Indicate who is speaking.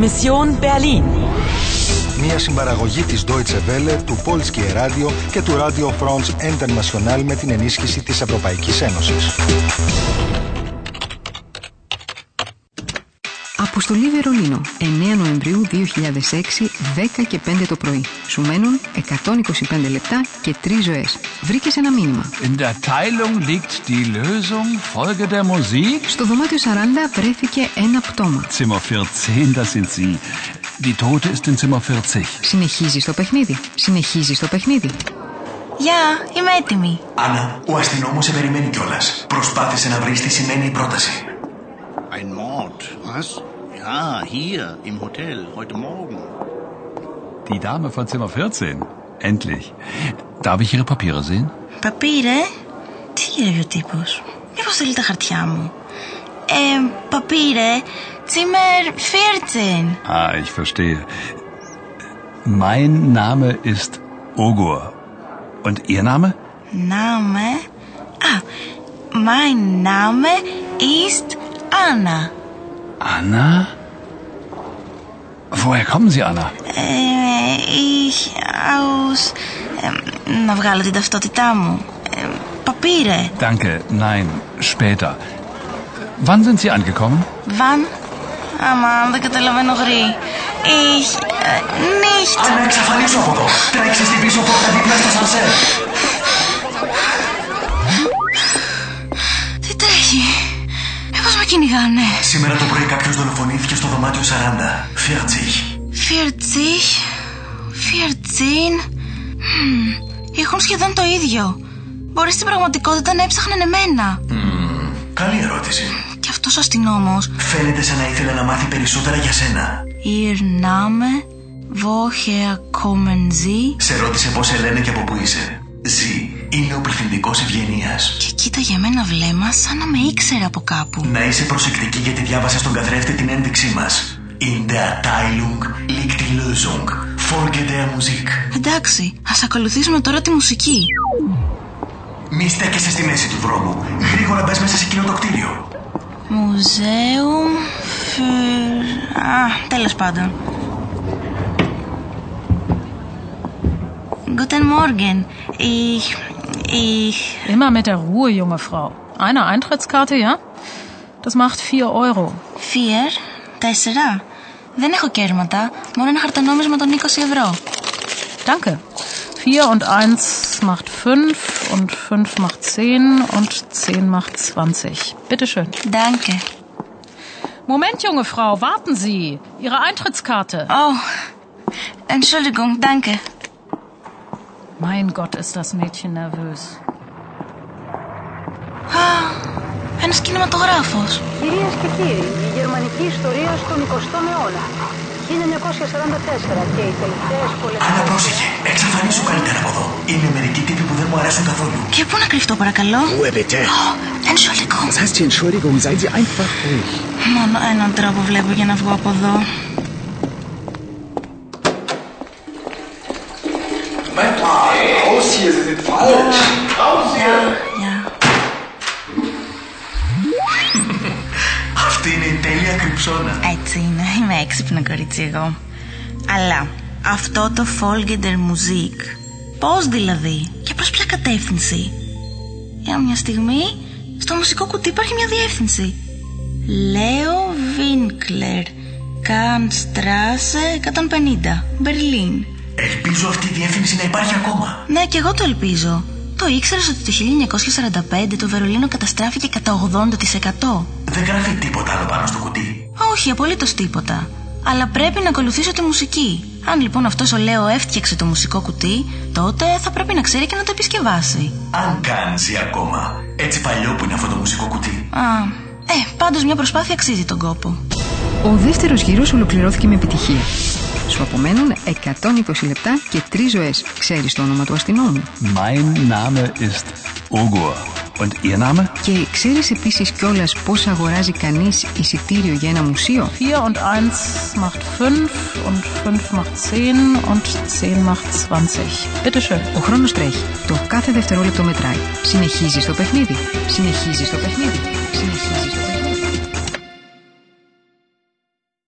Speaker 1: Mission Berlin.
Speaker 2: Μια συμπαραγωγή της Deutsche Welle, του Polskie Radio και του Radio France International με την ενίσχυση της Ευρωπαϊκής Ένωσης.
Speaker 3: Αποστολή Βερολίνο, 9 Νοεμβρίου 2006, 10 και 5 το πρωί. Σουμένων 125 λεπτά και 3 ζωές. Βρήκες ένα μήνυμα.
Speaker 4: In der Teilung liegt die Lösung. Folge der Musik.
Speaker 3: Στο δωμάτιο 40 βρέθηκε ένα πτώμα.
Speaker 4: Zimmer 14, das sind Sie. Die Tote ist in Zimmer 40.
Speaker 3: Συνεχίζεις το παιχνίδι. Συνεχίζεις το παιχνίδι.
Speaker 5: Γεια, είμαι έτοιμη.
Speaker 6: Άννα, ο αστυνόμος σε περιμένει κιόλας. Προσπάθησε να βρεις τι σημαίνει η πρόταση.
Speaker 7: Ein Mord. Was? Ja, hier im Hotel, heute Morgen.
Speaker 4: Die Dame von Zimmer 14. Endlich. Darf ich Ihre Papiere sehen?
Speaker 5: Παπίρε, τι γυρεύει ο τύπος. Μήπως θέλει τα χαρτιά μου. Ε, παπίρε, Zimmer 14.
Speaker 4: Ah, ich verstehe. Mein Name ist Ogur. Und Ihr Name?
Speaker 5: Name. Ah, mein Name ist Anna.
Speaker 4: Anna? Woher kommen Sie, Anna?
Speaker 5: Ε, ich aus... Ε, να βγάλω την ταυτότητά μου. Ε, παπίρε,
Speaker 4: Danke, nein, später. Wann sind Sie angekommen?
Speaker 5: Wann? Αμάν, δεν καταλαβαίνω γρή. Ich... ε, nicht.
Speaker 6: Άννα, εξαφανίσου από εδώ. Τρέξε στην πίσω πόρτα δίπλα στο σανσέρ.
Speaker 5: Τι τρέχει. Μήπως με κυνηγάνε.
Speaker 6: Σήμερα το πρωί κάποιος δολοφονήθηκε στο δωμάτιο 40. Φιρτσίχ.
Speaker 5: 40, 14. Μμμ, Έχουν σχεδόν το ίδιο. Μπορεί στην πραγματικότητα να έψαχναν εμένα.
Speaker 6: Καλή ερώτηση.
Speaker 5: Και αυτός ο αστυνόμος.
Speaker 6: Φαίνεται σαν να ήθελε να μάθει περισσότερα για σένα.
Speaker 5: Ihr Name, woher kommen Sie?
Speaker 6: Σε ρώτησε πώς σε λένε και από πού είσαι. Ζή. Είναι ο πληθυντικός ευγενίας.
Speaker 5: Και κοίταγε εμένα βλέμμα σαν να με ήξερε από κάπου.
Speaker 6: Να είσαι προσεκτική γιατί διάβασε στον καθρέφτη την ένδειξή μας. In der Teilung liegt die Lösung. Folge der Musik.
Speaker 5: Εντάξει, ας ακολουθήσουμε τώρα τη μουσική.
Speaker 6: Μη στέκεσαι στη μέση του δρόμου. Γρήγορα μπες μέσα σε εκείνο το κτίριο.
Speaker 5: Μουζέουμ. φε- Α, τέλος πάντων. Guten Morgen. Ich. Ich.
Speaker 8: Immer mit der Ruhe, junge Frau. Eine Eintrittskarte, ja? Das macht 4 Euro.
Speaker 5: Vier. Τέσσερα. Δεν έχω κέρματα. Μόνο ένα χαρτονόμισμα των 20 ευρώ.
Speaker 8: Danke. 4 und 1 macht 5 und 5 macht 10 und 10 macht 20. Bitteschön.
Speaker 5: Danke.
Speaker 8: Moment, junge Frau, warten Sie. Ihre Eintrittskarte.
Speaker 5: Oh. Entschuldigung, danke.
Speaker 8: Mein Gott, ist das Mädchen nervös.
Speaker 5: Ένα κινηματογράφος.
Speaker 9: Κυρίες και κύριοι, η γερμανική ιστορία στον 20ο αιώνα. 1944 και οι τελευταίες
Speaker 6: Αλλά
Speaker 9: πολεμικές...
Speaker 6: πρόσεχε, εξαφανίσου καλύτερα από εδώ. Είναι μερικοί τύποι που δεν μου αρέσουν καθόλου.
Speaker 5: Και πού να κρυφτώ, παρακαλώ. Oh,
Speaker 10: Ruhe er bitte.
Speaker 5: Entschuldigung.
Speaker 10: Was heißt hier Entschuldigung? Seien Sie einfach ruhig.
Speaker 5: Μόνο έναν τρόπο βλέπω για να βγω από εδώ.
Speaker 11: Moment mal, raus hier, Sie sind falsch. Raus hier.
Speaker 5: Γεια.
Speaker 6: Αυτή είναι η τέλεια κρυψώνα.
Speaker 5: Έτσι είναι, είμαι έξυπνο κορίτσι εγώ. Αλλά αυτό το Folgender Musik, πώς δηλαδή και προς ποια κατεύθυνση. Για μια στιγμή, στο μουσικό κουτί υπάρχει μια διεύθυνση. Λέο Βίνκλερ, Κανστράσε 150, Μπερλίν.
Speaker 6: Ελπίζω αυτή η διεύθυνση να υπάρχει ακόμα.
Speaker 5: Ναι, και εγώ το ελπίζω. Το ήξερες ότι το 1945 το Βερολίνο καταστράφηκε κατά 80%.
Speaker 6: Δεν γράφει τίποτα άλλο πάνω στο κουτί.
Speaker 5: Όχι, απολύτως τίποτα. Αλλά πρέπει να ακολουθήσω τη μουσική. Αν λοιπόν αυτός ο Λέο έφτιαξε το μουσικό κουτί, τότε θα πρέπει να ξέρει και να το επισκευάσει.
Speaker 6: Αν κάνει ακόμα. Έτσι παλιό που είναι αυτό το μουσικό κουτί.
Speaker 5: Α, ε, πάντως μια προσπάθεια αξίζει τον κόπο.
Speaker 3: Ο δεύτερος γύρος ολοκληρώθηκε με επιτυχία. Σου απομένουν 120 λεπτά και 3 ζωές. Ξέρεις το όνομα του αστυνόμου.
Speaker 4: Mein Name ist Ogur. Und Ihr Name?
Speaker 3: Και ξέρεις επίσης κιόλας πώς αγοράζει κανείς εισιτήριο για ένα μουσείο.
Speaker 8: 4 und 1 macht 5 und 5 macht 10 und 10 macht 20. Bitteschön.
Speaker 3: Ο χρόνος τρέχει. Το κάθε δευτερόλεπτο μετράει. Συνεχίζεις το παιχνίδι. Συνεχίζεις το παιχνίδι. Συνεχίζεις το παιχνίδι.